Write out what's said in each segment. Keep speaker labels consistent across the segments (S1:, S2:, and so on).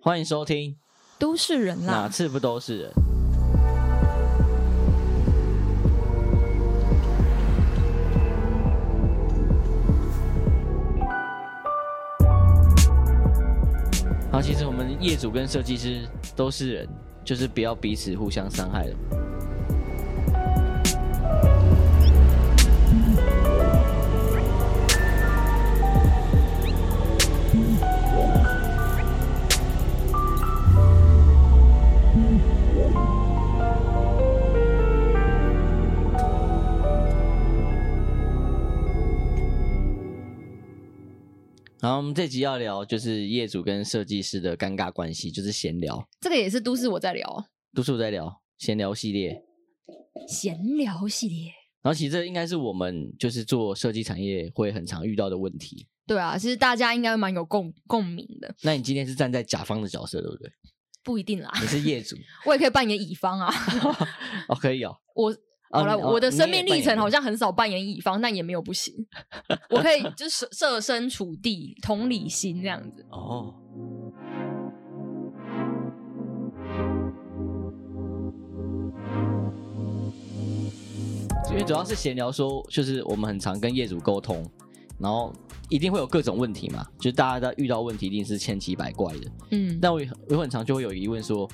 S1: 欢迎收听，
S2: 都市人
S1: 哪
S2: 啦，
S1: 次不都是人？好，其实我们业主跟设计师都是人，就是不要彼此互相伤害了。然后我们这集要聊就是业主跟设计师的尴尬关系，就是闲聊，
S2: 这个也是都市我在聊
S1: 都是我在聊闲聊系列。
S2: 闲聊系列。
S1: 然后其实这应该是我们就是做设计产业会很常遇到的问题。
S2: 对啊，其实大家应该蛮有共共鸣的，
S1: 那你今天是站在甲方的角色，对不对？
S2: 不一定啦，
S1: 你是业主
S2: 我也可以扮演乙 方啊。
S1: 哦，可以哦。
S2: 我
S1: 哦
S2: 好了，
S1: 你哦
S2: 我的
S1: 你
S2: 生
S1: 也
S2: 命
S1: 扮
S2: 历
S1: 演
S2: 程
S1: 过
S2: 好像很少扮演乙方，但也没有 不行。我可以就是设设身处地、同理心这样子。
S1: 哦。因为主要是闲聊说，就是我们很常跟业主沟通，然后一定会有各种问题嘛，就是大家在遇到问题一定是千奇百怪的。
S2: 嗯，
S1: 但我也很我很常就会有疑问说，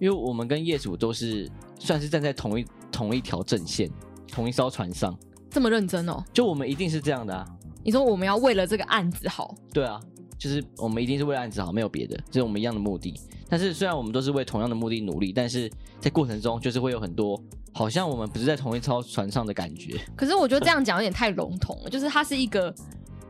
S1: 因为我们跟业主都是算是站在同一同一条阵线，同一艘船上，
S2: 这么认真哦？
S1: 就我们一定是这样的啊，
S2: 你说我们要为了这个案子好，
S1: 对啊，就是我们一定是为了案子好，没有别的，这是我们一样的目的。但是虽然我们都是为同样的目的努力，但是在过程中就是会有很多好像我们不是在同一艘船上的感觉。
S2: 可是啊我觉得这样讲有点太笼统了， 就是它是一个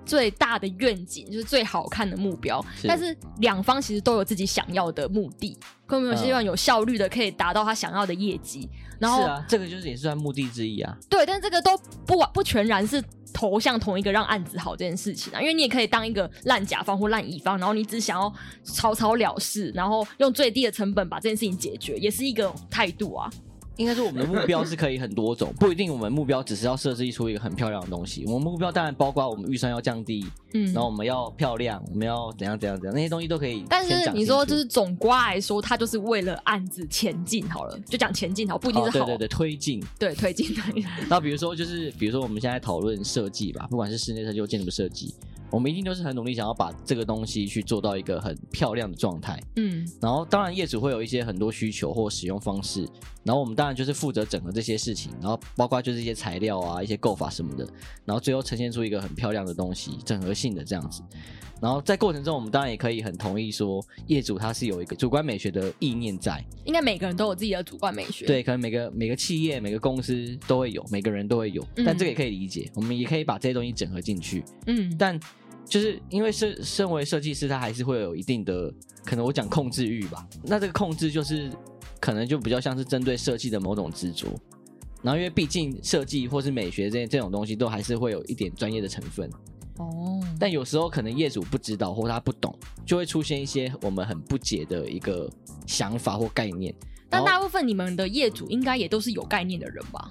S2: 最大的愿景，就是最好看的目标，
S1: 是
S2: 但是两方其实都有自己想要的目的，更没有
S1: 嗯
S2: 希望有效率的可以达到他想要的业绩。然后、
S1: 是啊，这个就是也是算目的之一 啊。
S2: 对，但这个都不不全然是投向同一个让案子好这件事情啊，因为你也可以当一个烂甲方或烂乙方，然后你只想要草草了事，然后用最低的成本把这件事情解决，也是一个态度啊。
S1: 应该说我们的目标是可以很多种，不一定我们目标只是要设计出一个很漂亮的东西。我们目标当然包括我们预算要降低，
S2: 嗯
S1: 然后我们要漂亮，我们要怎样怎样怎样，那些东西都可以先讲
S2: 但
S1: 清楚。
S2: 是你说，就是总瓜来说，它就是为了案子前进好了，就讲前进好，不一定
S1: 哦，
S2: 是
S1: 对
S2: 好，
S1: 对对，推进。
S2: 对推进推进。
S1: 那比如说，就是比如说我们现在讨论设计吧，不管是室内设计或建筑设计，我们一定都是很努力想要把这个东西去做到一个很漂亮的状态。
S2: 嗯，
S1: 然后当然业主会有一些很多需求或使用方式，然后我们当然就是负责整合这些事情，然后包括就是一些材料啊、一些构法什么的，然后最后呈现出一个很漂亮的东西，整合性的这样子。然后在过程中，我们当然也可以很同意说，业主他是有一个主观美学的意念在，
S2: 应该每个人都有自己的主观美学。，
S1: 对，可能每个每个企业、每个公司都会有，每个人都会有，
S2: 嗯
S1: 但这个也可以理解，我们也可以把这些东西整合进去。
S2: 嗯，
S1: 但就是因为是身为设计师，他还是会有一定的，可能我讲控制欲吧。那这个控制就是可能就比较像是针对设计的某种执着。然后因为毕竟设计或是美学这这种东西，都还是会有一点专业的成分。
S2: 哦，
S1: 但有时候可能业主不知道或他不懂，就会出现一些我们很不解的一个想法或概念。然
S2: 但
S1: 后
S2: 大部分你们的业主应该也都是有概念的人吧？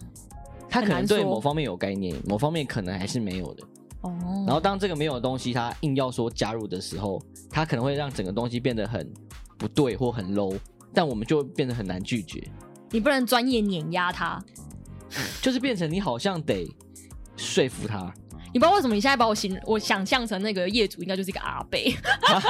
S1: 他可
S2: 很
S1: 能
S2: 难
S1: 对
S2: 说
S1: 某方面有概念，某方面可能还是没有的。
S2: 哦，
S1: 然后当这个没有的东西他硬要说加入的时候，他可能会让整个东西变得很不对或很 low，但我们就变得很难拒绝，
S2: 你不能专业碾压他。
S1: 就是变成你好像得说服他。
S2: 你不知道为什么你现在把我形我想象成那个业主应该就是一个阿 贝，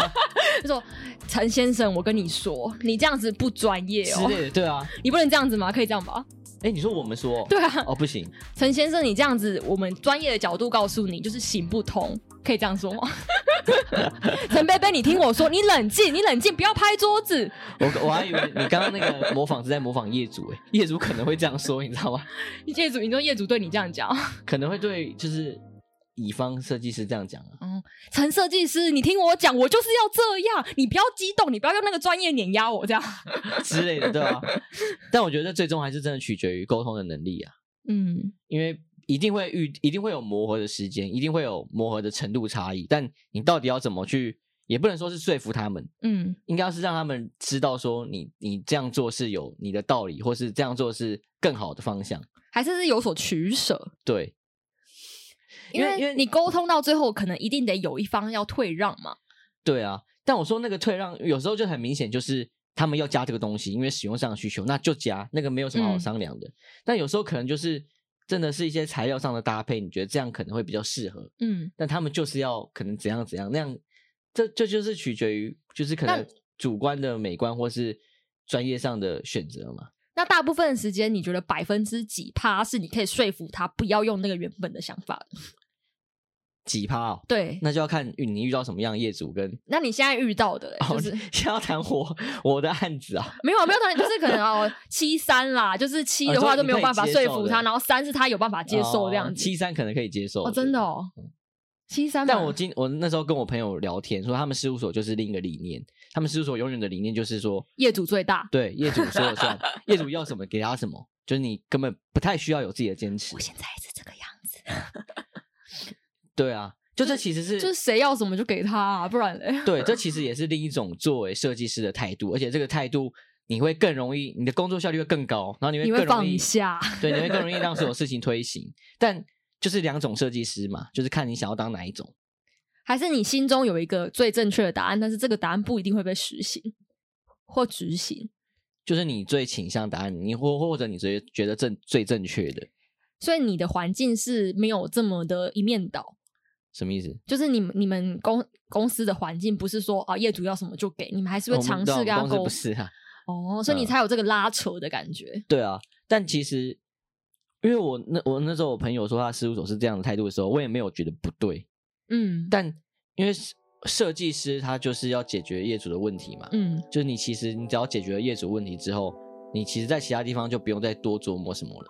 S2: 就说陈先生，我跟你说，你这样子不专业
S1: 之
S2: 哦，
S1: 类的，对啊。
S2: 你不能这样子吗？ 可以这样吧？
S1: 哎，你说我们说，
S2: 对啊，
S1: 哦不行，
S2: 陈先生，你这样子，我们专业的角度告诉你，就是行不通，可以这样说吗？ 陈贝贝，你听我说，你冷静，你冷静，不要拍桌子。
S1: 我我还以为你刚刚那个模仿是在模仿业主，哎， 业主可能会这样说，你知道吗？
S2: 业主，你说业主对你这样讲，
S1: 可能会对就是乙方设计师这样讲啊。
S2: 陈设计师，你听我讲，我就是要这样，你不要激动，你不要用那个专业碾压我，这样。
S1: 之类的，对吧、但我觉得最终还是真的取决于沟通的能力啊，
S2: 嗯，
S1: 因为一定会遇，一定会有磨合的时间，一定会有磨合的程度差异。但你到底要怎么去，也不能说是说服他们，
S2: 嗯，
S1: 应该是让他们知道说你你这样做是有你的道理，或是这样做是更好的方向。
S2: 还是是有所取舍，
S1: 对，因
S2: 因
S1: 为
S2: 为你沟通到最后，可能一定得有一方要退让嘛。
S1: 对啊，但我说那个退让，有时候就很明显，就是他们要加这个东西，因为使用上的需求，那就加，那个没有什么好
S2: 嗯
S1: 商量的。但有时候可能就是真的是一些材料上的搭配，你觉得这样可能会比较适合，
S2: 嗯，
S1: 但他们就是要可能怎样怎样那样，这这就是取决于就是可能
S2: 那
S1: 主观的美观或是专业上的选择嘛。
S2: 那大部分的时间，你觉得百分之几趴是你可以说服他不要用那个原本的想法的？
S1: 几趴哦，
S2: 对，
S1: 那就要看遇你遇到什么样的业主跟
S2: 那你现在遇到的嘞、
S1: 哦，
S2: 就是、
S1: 先要谈我我的案子啊，
S2: 没有啊没有同学，就是可能哦七三啦，就是七的
S1: 哦
S2: 话
S1: 所以
S2: 就没有
S1: 你可以
S2: 办法
S1: 接
S2: 说
S1: 受
S2: 服
S1: 的哦
S2: 他，然后三是他有办法接受这样子。
S1: 七三可能可以接受
S2: 哦，真的。哦，七三嘛。
S1: 但我今我那时候跟我朋友聊天，说他们事务所就是另一个理念，他们事务所永远的理念就是说，
S2: 业主最大。
S1: 对业主说了算，业主要什么给他什么，就是你根本不太需要有自己的坚持
S2: 我。现在也是这个样子，
S1: 对啊，就这其实是
S2: 就是谁要什么就给他、啊，不然嘞。
S1: 对，这其实也是另一种作为设计师的态度，而且这个态度你会更容易，你的工作效率会更高，然后你会
S2: 你会
S1: 更容易
S2: 放下
S1: 对，你会更容易让所有事情推行。但就是两种设计师嘛，就是看你想要当哪一种。
S2: 还是你心中有一个最正确的答案，但是这个答案不一定会被实行或执行。
S1: 就是你最倾向答案，你或或者你觉得觉得正最正确的，
S2: 所以你的环境是没有这么的一面倒，
S1: 什么意思？
S2: 就是你们你们公公司的环境不是说啊业主要什么就给，你们还是会
S1: 我们
S2: 尝试
S1: 对啊
S2: 跟他
S1: 我们
S2: 沟
S1: 公司不是啊，
S2: 哦，所以你
S1: 嗯
S2: 才有这个拉扯的感觉。
S1: 对啊。但其实，因为我那我那时候我朋友说他事务所是这样的态度的时候，我也没有觉得不对。
S2: 嗯
S1: 但因为设设计师他就是要解决业主的问题嘛，
S2: 嗯
S1: 就是你其实你只要解决了业主问题之后，你其实在其他地方就不用再多琢磨什么了。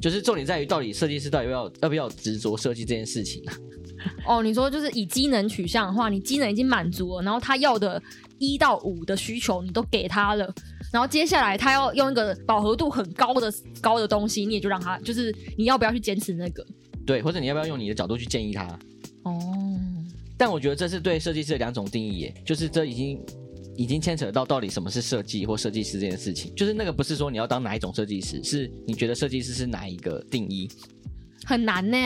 S1: 就是重点在于到底设计师到底要不要要不要执着设计这件事情啊？
S2: 哦，你说就是以机能取向的话，你机能已经满足了，然后他要的一到五的需求你都给他了。然后接下来他要用一个饱和度很高的高的东西，你也就让他就是你要不要去坚持那个
S1: 对，或者你要不要用你的角度去建议他？
S2: 哦，
S1: 但我觉得这是对设计师的两种定义耶，就是这已经已经牵扯到到底什么是设计或设计师这件事情，就是那个不是说你要当哪一种设计师，是你觉得设计师是哪一个定义？
S2: 很难呢、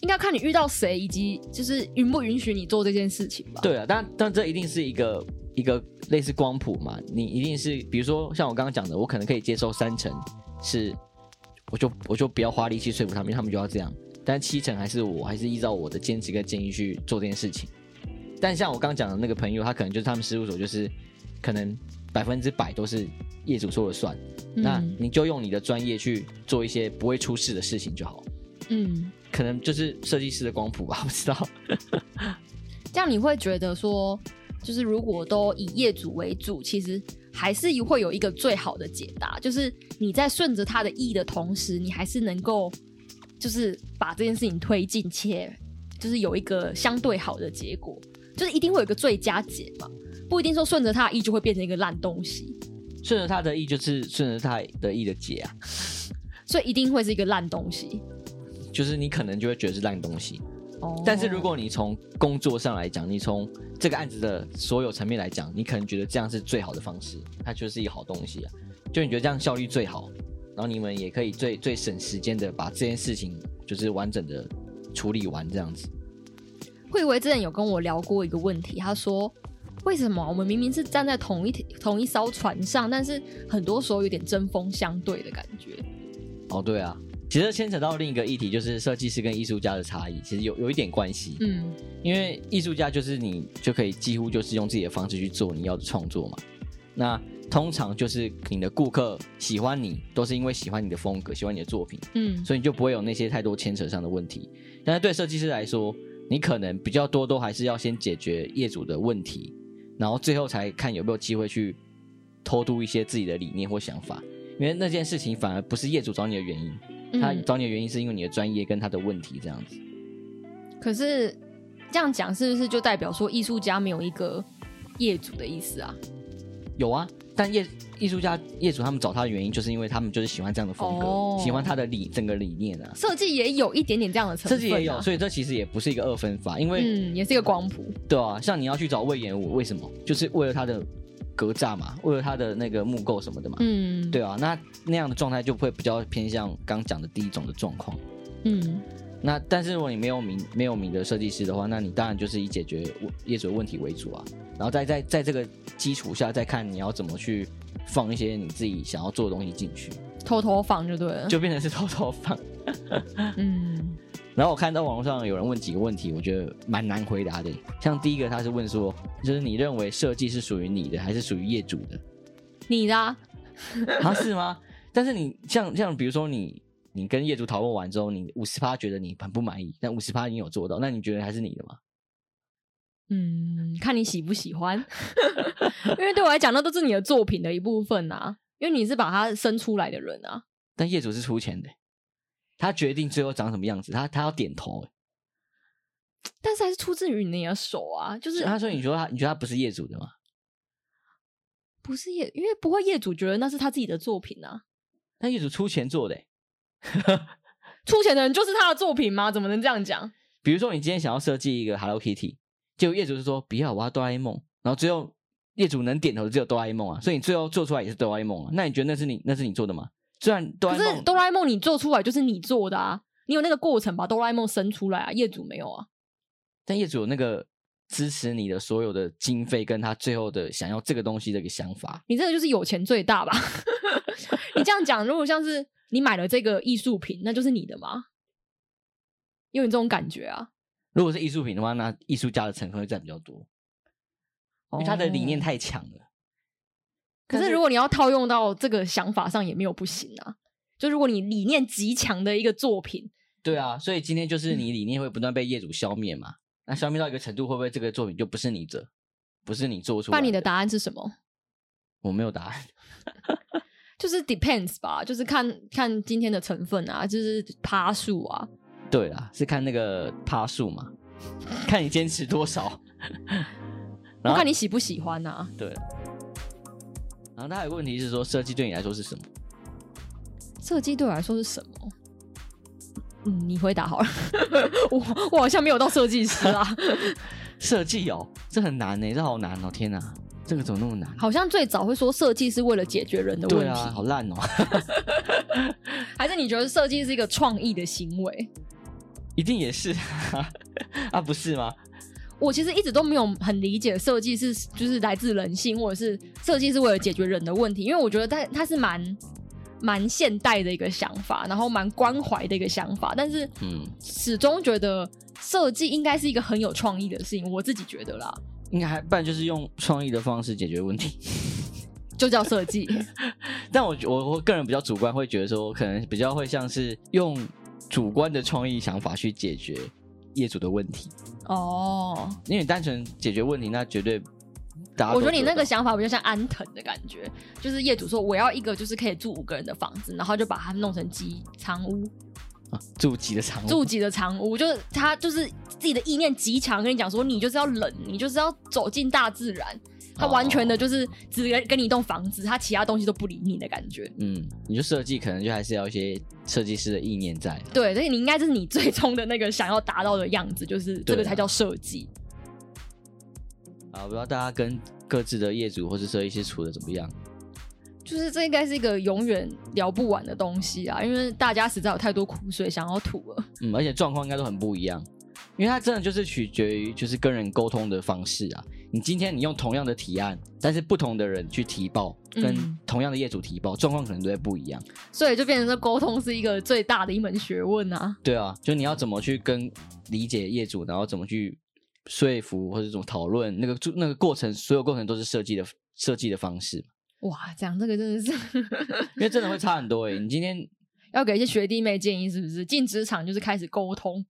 S2: 应该看你遇到谁，以及就是允不允许你做这件事情吧。，
S1: 对啊，但但这一定是一个一个类似光谱嘛，你一定是比如说像我刚刚讲的，我可能可以接受三成是，我就我就不要花力气说服他们，因为他们就要这样，但七成还是我还是依照我的坚持跟建议去做这件事情。但像我刚刚讲的那个朋友，他可能就是他们事务所就是可能百分之百都是业主说了算，那
S2: 嗯
S1: 你就用你的专业去做一些不会出事的事情就好。
S2: 嗯，
S1: 可能就是设计师的光谱吧，我不知道。
S2: 这样你会觉得说，就是如果都以业主为主，其实还是会有一个最好的解答，就是你在顺着他的意的同时，你还是能够就是把这件事情推进，且就是有一个相对好的结果，就是一定会有一个最佳解嘛，不一定说顺着他的意就会变成一个烂东西，
S1: 顺着他的意就是顺着他的意的解啊，
S2: 所以一定会是一个烂东西。
S1: 就是你可能就会觉得是烂东西。
S2: 哦
S1: 但是如果你从工作上来讲，你从这个案子的所有层面来讲，你可能觉得这样是最好的方式，它就是一个好东西啊。就你觉得这样效率最好，然后你们也可以最最省时间的把这件事情就是完整的处理完这样子。
S2: 慧维之前有跟我聊过一个问题，他说为什么我们明明是站在同一同一艘船上，但是很多时候有点针锋相对的感觉？
S1: 哦，对啊，其实牵扯到另一个议题，就是设计师跟艺术家的差异，其实有有一点关系。
S2: 嗯
S1: 因为艺术家就是你就可以几乎就是用自己的方式去做你要的创作嘛。那通常就是你的顾客喜欢你，都是因为喜欢你的风格，喜欢你的作品，
S2: 嗯，
S1: 所以你就不会有那些太多牵扯上的问题。但是对设计师来说，你可能比较多都还是要先解决业主的问题，然后最后才看有没有机会去偷渡一些自己的理念或想法。因为那件事情反而不是业主找你的原因，他
S2: 嗯
S1: 找你的原因是因为你的专业跟他的问题这样子。
S2: 可是这样讲是不是就代表说艺术家没有一个业主的意思啊？
S1: 有啊，但业艺术家业主他们找他的原因，就是因为他们就是喜欢这样的风格，
S2: 哦
S1: 喜欢他的理整个理念啊，
S2: 设计也有一点点这样的成分、
S1: 自
S2: 啊，
S1: 己也有，所以这其实也不是一个二分法，因为、
S2: 嗯，也是一个光谱。
S1: 对啊，像你要去找魏延武，为什么？就是为了他的格栅嘛，为了他的那个木构什么的嘛，
S2: 嗯，
S1: 对啊，那那样的状态就会比较偏向刚讲的第一种的状况。
S2: 嗯，
S1: 那但是如果你没有名没有名的设计师的话，那你当然就是以解决问业主的问题为主啊。然后再在在这个基础下，再看你要怎么去放一些你自己想要做的东西进去，
S2: 偷偷放就对了。
S1: 就变成是偷偷放。
S2: 嗯，
S1: 然后我看到网络上有人问几个问题，我觉得蛮难回答的。像第一个，他是问说，就是你认为设计是属于你的还是属于业主 的？
S2: 你的啊、
S1: 啊，是吗？但是你像像比如说你你跟业主讨论完之后，你五十趴觉得你很不满意，但五十趴你有做到，那你觉得还是你的吗？
S2: 嗯，看你喜不喜 欢，因为对我来讲，那都是你的作品的一部分啊。因为你是把它生出来的人啊，
S1: 但业主是出钱的，他决定最后长什么样子，他他要点头。
S2: 但是还是出自于你的手啊，就是
S1: 他说：“你说他，你觉得他不是业主的吗
S2: 不是业，因为不会业主觉得那是他自己的作品啊，？”
S1: 但业主出钱做的欸，
S2: 出钱的人就是他的作品吗？怎么能这样讲？
S1: 比如说你今天想要设计一个 Hello Kitty，结果业主是说不要，我要哆啦 A 梦，然后最后业主能点头的只有哆啦 A 梦啊，所以你最后做出来也是哆啦 A 梦啊。那你觉得那是你那是你做的吗？虽然哆啦 A
S2: 可是
S1: 梦
S2: 哆啦 A 梦你做出来就是你做的啊，你有那个过程把哆啦 A 梦生出来啊，业主没有啊。
S1: 但业主有那个支持你的所有的经费，跟他最后的想要这个东西的一个想法，
S2: 你这个就是有钱最大吧？ 你这样讲，如果像是你买了这个艺术品，那就是你的吗？有你这种感觉啊？
S1: 如果是艺术品的话，那艺术家的成分会占比较多，因为他的理念
S2: 哦
S1: 太强了。
S2: 可是如果你要套用到这个想法上，也没有不行啊。就如果你理念极强的一个作品，
S1: 对啊，所以今天就是你理念会不断被业主消灭嘛？那消灭到一个程度，会不会这个作品就不是你的，不是你做出来？
S2: 那你的答案是什么？
S1: 我没有答案。
S2: 就是 depends 吧，就是看看今天的成分啊，就是趴数啊。
S1: 对啦，是看那个趴数嘛，看你坚持多少。然
S2: 我
S1: 后
S2: 看你喜不喜欢啊。
S1: 对，然后他有个问题是说，设计对你来说是什么？
S2: 设计对我来说是什么？嗯，你回答好了。我我好像没有到设计师啊，
S1: 设计哦，这很难呢、这好难哦！天哪，这个怎么那么难？啊
S2: 好像最早会说设计是为了解决人的问
S1: 对
S2: 题，
S1: 啊，好烂哦！
S2: 还是你觉得设计是一个创意的行为？
S1: 一定也是啊， 啊不是吗？
S2: 我其实一直都没有很理解设计是就是来自人性，或者是设计是为了解决人的问题，因为我觉得它它是蛮蛮现代的一个想法，然后蛮关怀的一个想法，但是
S1: 嗯，
S2: 始终觉得设计应该是一个很有创意的事情，我自己觉得啦，
S1: 应该还不然就是用创意的方式解决问题。
S2: 就叫设计。
S1: 但我我我个人比较主观，会觉得说，可能比较会像是用主观的创意想法去解决业主的问题，
S2: 哦，
S1: 因为你单纯解决问题，那绝对大家都
S2: 我觉得你那个
S1: 到
S2: 想法比较像安藤的感觉，就是业主说我要一个就是可以住五个人的房子，然后就把它弄成集藏屋，
S1: 啊住几的场
S2: 住几的藏屋，就是他就是自己的意念极强，跟你讲说你就是要冷，你就是要走进大自然。他完全的就是只跟跟你一栋房子，他其他东西都不理你的感觉。
S1: 嗯，你就设计可能就还是要一些设计师的意念在。
S2: 对，所以你应该就是你最终的那个想要达到的样子，就是
S1: 对
S2: 这个
S1: 啊
S2: 才叫设计。
S1: 啊，不知道大家跟各自的业主或是设计师处的怎么样？
S2: 就是这应该是一个永远聊不完的东西啊，因为大家实在有太多苦水想要吐了。
S1: 嗯，而且状况应该都很不一样，因为它真的就是取决于就是跟人沟通的方式啊。你今天你用同样的提案，但是不同的人去提报，跟
S2: 嗯
S1: 同样的业主提报，状况可能都会不一样。
S2: 所以就变成说沟通是一个最大的一门学问啊。
S1: 对啊，就你要怎么去跟理解业主，然后怎么去说服或者怎么讨论，那个就那个过程，所有过程都是设计的设计的方式，
S2: 哇，讲这个真的是
S1: 因为真的会差很多诶、欸你今天
S2: 要给一些学弟妹建议，是不是？进职场就是开始沟通。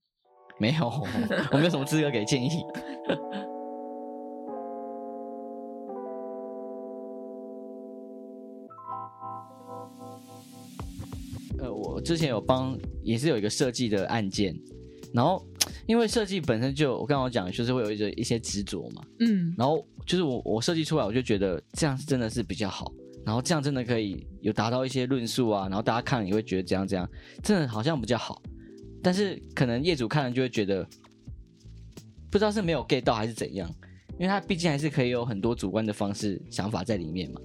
S1: 没有， 我没有什么资格给建议。 呃，我之前有帮，也是有一个设计的案件，然后因为设计本身就我刚刚讲，就是会有一些一些执着嘛，
S2: 嗯，
S1: 然后就是我我设计出来，我就觉得这样是真的是比较好，然后这样真的可以有达到一些论述啊，然后大家看了也会觉得这样这样，真的好像比较好，但是可能业主看了就会觉得不知道是没有 get 到还是怎样，因为他毕竟还是可以有很多主观的方式想法在里面嘛，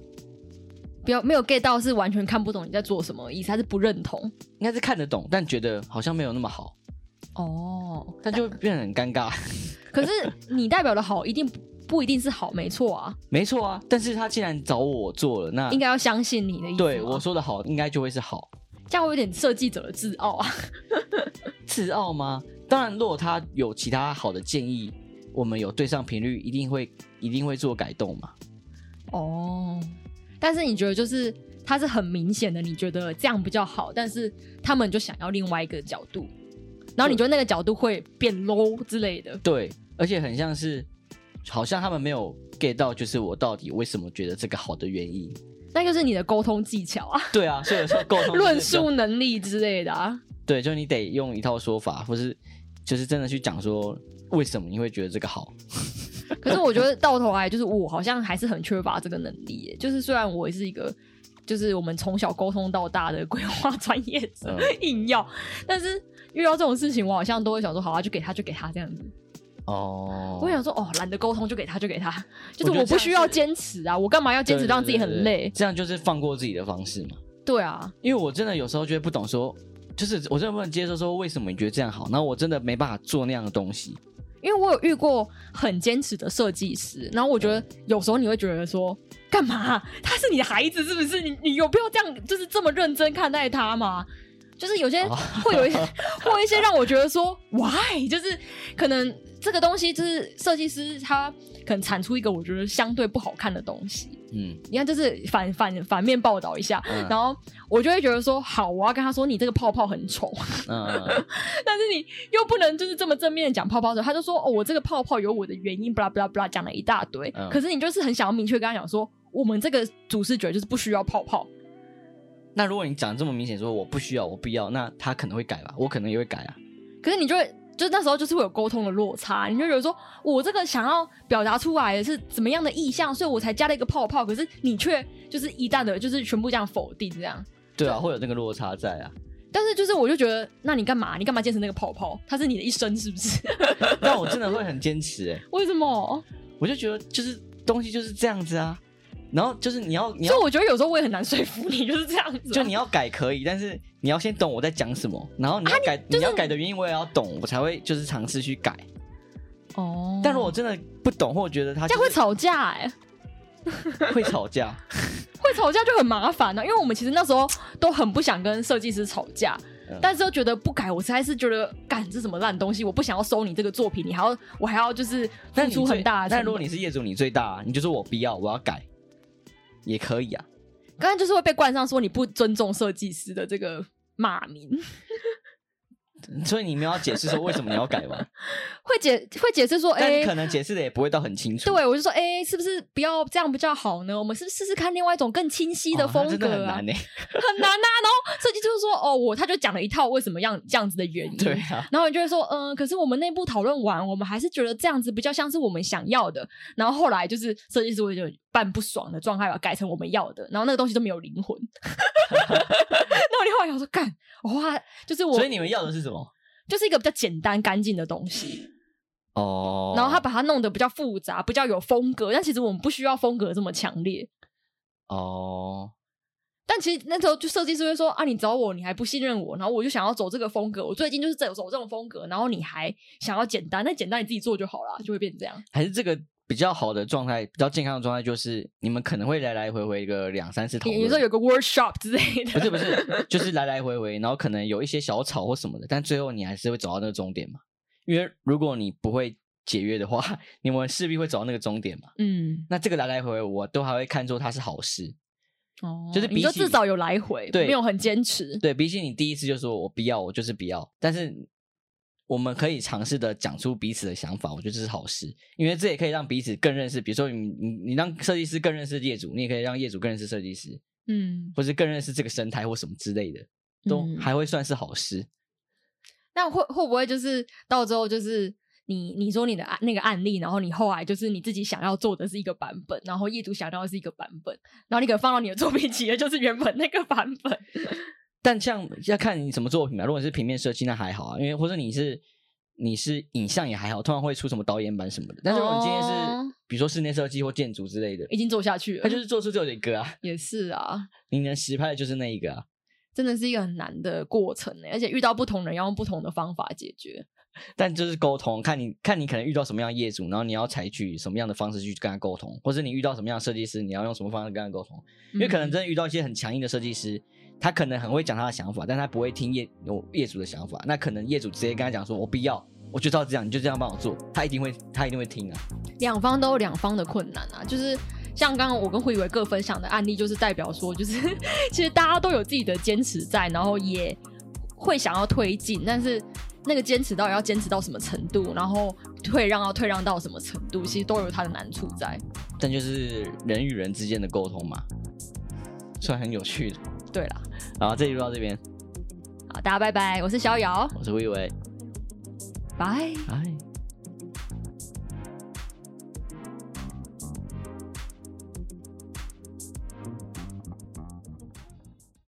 S2: 不要没有 get 到是完全看不懂你在做什么意思，他是不认同。
S1: 应该是看得懂，但觉得好像没有那么好，
S2: 哦，
S1: 他就会变得很尴尬。
S2: 可是你代表的好一定不不一定是好，没错啊，
S1: 没错啊，但是他既然找我做了，那
S2: 应该要相信你的意思嘛。
S1: 对我说的好，应该就会是好。
S2: 这样会有点设计者的自傲啊。
S1: 自傲吗？当然，如果他有其他好的建议，我们有对上频率，一定会一定会做改动嘛。
S2: 哦，但是你觉得就是它是很明显的，你觉得这样比较好，但是他们就想要另外一个角度，然后你觉得那个角度会变 low 之类的。
S1: 对，而且很像是，好像他们没有 get 到，就是我到底为什么觉得这个好的原因。
S2: 那就是你的沟通技巧啊，
S1: 对啊，所以有时候沟通
S2: 论
S1: 就是比较
S2: 述能力之类的啊。
S1: 对，就你得用一套说法，或是就是真的去讲说为什么你会觉得这个好。
S2: 可是我觉得到头来，就是我好像还是很缺乏这个能力耶。就是虽然我是一个，就是我们从小沟通到大的规划专业者，
S1: 嗯
S2: 硬要，但是遇到这种事情，我好像都会想说，好啊，就给他，就给他这样子。
S1: 哦
S2: 我想说，哦，懒得沟通就给他，就给他，
S1: 我觉
S2: 就是
S1: 得
S2: 我
S1: 这
S2: 不
S1: 样
S2: 需要坚持啊，我干嘛要坚持让自己很
S1: 对对对对
S2: 累？
S1: 这样就是放过自己的方式嘛。
S2: 对啊，
S1: 因为我真的有时候觉得不懂说。就是我真的不能接受说为什么你觉得这样好，然后我真的没办法做那样的东西。
S2: 因为我有遇过很坚持的设计师，然后我觉
S1: 嗯
S2: 得有时候你会觉得说，干嘛？他是你的孩子是不是？你你有必要这样，就是这么认真看待他吗？就是有些
S1: 哦
S2: 会有一些，会有一些让我觉得说，why？就是可能这个东西就是设计师他可能产出一个我觉得相对不好看的东西，
S1: 嗯，
S2: 你看，就是反反反面报道一下，
S1: 嗯
S2: 然后我就会觉得说，好，我要跟他说你这个泡泡很丑，
S1: 嗯，
S2: 但是你又不能就是这么正面地讲泡泡的时候，他就说哦，我这个泡泡有我的原因，巴拉巴拉巴拉，讲了一大堆。
S1: 嗯
S2: 可是你就是很想要明确跟他讲说，我们这个主视觉就是不需要泡泡，
S1: 那如果你讲这么明显，说我不需要，我不要，那他可能会改吧，我可能也会改啊。
S2: 可是你就会。就是那时候就是会有沟通的落差，你就觉得说哦我这个想要表达出来的是怎么样的意向，所以我才加了一个泡泡，可是你却就是一旦的，就是全部这样否定这样。
S1: 对啊，会有那个落差 在啊。
S2: 但是就是我就觉得，那你干嘛？你干嘛坚持那个泡泡？它是你的一生是不是？
S1: 但我真的会很坚持、欸，
S2: 为什么？
S1: 我就觉得就是东西就是这样子啊。然后就是你要你
S2: 所
S1: 要
S2: 以我觉得有时候我也很难说服你，就是这样子啊、
S1: 就你要改可以，但是你要先懂我在讲什么，然后你要改、
S2: 就是
S1: 你要改的原因我也要懂，我才会就是尝试去改。
S2: 哦，
S1: 但如果我真的不懂或觉得他
S2: 这
S1: 就
S2: 样会
S1: 是
S2: 吵架哎、
S1: 会吵架，
S2: 会吵架就很麻烦呢、啊因为我们其实那时候都很不想跟设计师吵架
S1: 嗯。
S2: 但是又觉得不改，我实在是觉得，干这什么烂东西，我不想要收你这个作品，你还要我还要就是
S1: 那
S2: 付
S1: 你
S2: 出很
S1: 最
S2: 大的成本。
S1: 但如果你是业主，你最大、啊你就说我不要，我要改，也可以啊。
S2: 刚才就是会被冠上说你不尊重设计师的这个骂名，
S1: 所以你们要解释说为什么你要改 吗？
S2: 会解会解释说，哎、
S1: 但你可能解释的也不会到很清楚。
S2: 对，我就说，哎、是不是不要这样比较好呢？我们是不是试试看另外一种更清晰的
S1: 哦那
S2: 风
S1: 真
S2: 格
S1: 的
S2: 啊？
S1: 很难呢、
S2: 很难呐、然后设计就是说，哦，我他就讲了一套为什么样这样子的原因。
S1: 对啊，
S2: 然后你就会说，嗯、可是我们内部讨论完，我们还是觉得这样子比较像是我们想要的。然后后来就是设计师会就半不爽的状态吧，改成我们要的，然后那个东西都没有灵 魂。那我另外想说，干，哇，就是我
S1: 所以你们要的是什么？
S2: 就是一个比较简单干净的东西，
S1: 哦
S2: 然后他把它弄得比较复杂，比较有风格，但其实我们不需要风格这么强烈。
S1: 哦，
S2: 但其实那时候就设计师会说啊，你找我，你还不信任我，然后我就想要走这个风格，我最近就是走走这种风格，然后你还想要简单，那简单你自己做就好了，就会变这样。
S1: 还是这个比较好的状态，比较健康的状态，就是你们可能会来来回回个两三次讨
S2: 比如说
S1: 论。
S2: 有个 workshop 之类的，
S1: 不是不是，就是来来回回，然后可能有一些小吵或什么的，但最后你还是会走到那个终点嘛。因为如果你不会解约的话， 你们势必会走到那个终点嘛。
S2: 嗯，
S1: 那这个来来回回，我都还会看作它是好事。
S2: 哦
S1: 就是比
S2: 你就
S1: 起
S2: 至少有来回，
S1: 对
S2: 没有很坚持。
S1: 对，比起你第一次就说我不要，我就是不要，但是我们可以尝试的讲出彼此的想法，我觉得这是好事，因为这也可以让彼此更认识。比如说你你你让设计师更认识业主，你也可以让业主更认识设计师，
S2: 嗯，
S1: 或是更认识这个生态或什么之类的，都
S2: 嗯
S1: 还会算是好事。
S2: 那会会不会就是到之后就是你你说你的案啊那个案例，然后你后来就是你自己想要做的是一个版本，然后业主想要的是一个版本，然后你可能放到你的作品集的就是原本那个版本。
S1: 但像要看你什么作品吧，如果你是平面设计那还好啊，因为或者你是你是影像也还好，通常会出什么导演版什么的。但是如果你今天是、
S2: 哦
S1: 比如说室内设计或建筑之类的，
S2: 已经做下去了，
S1: 它就是做出这一个啊，
S2: 也是啊，
S1: 你能实拍的就是那一个啊。
S2: 真的是一个很难的过程欸呢、而且遇到不同人要用不同的方法解决。
S1: 但就是沟通，看你看你可能遇到什么样的业主，然后你要采取什么样的方式去跟他沟通，或者你遇到什么样的设计师，你要用什么方式跟他沟通。因为可
S2: 嗯
S1: 能真的遇到一些很强硬的设计师，他可能很会讲他的想法，但他不会听业有业主的想法。那可能业主直接跟他讲说：“我不要，我就照这样，你就这样帮我做。”他一定会，他一定会听啊。
S2: 两方都有两方的困难啊，就是像刚刚我跟慧伟各分享的案例，就是代表说，就是 其实大家都有自己的坚持在，然后也会想要推进，但是那个坚持到底要坚持到什么程度，然后退让要退让到什么程度，其实都有它的难处在。
S1: 但就是人与人之间的沟通嘛，算很有趣的。
S2: 对啦，
S1: 然后这集就到这边，
S2: 好，大家拜拜，我是逍遥，
S1: 我是魏伟，
S2: 拜。
S1: 哎。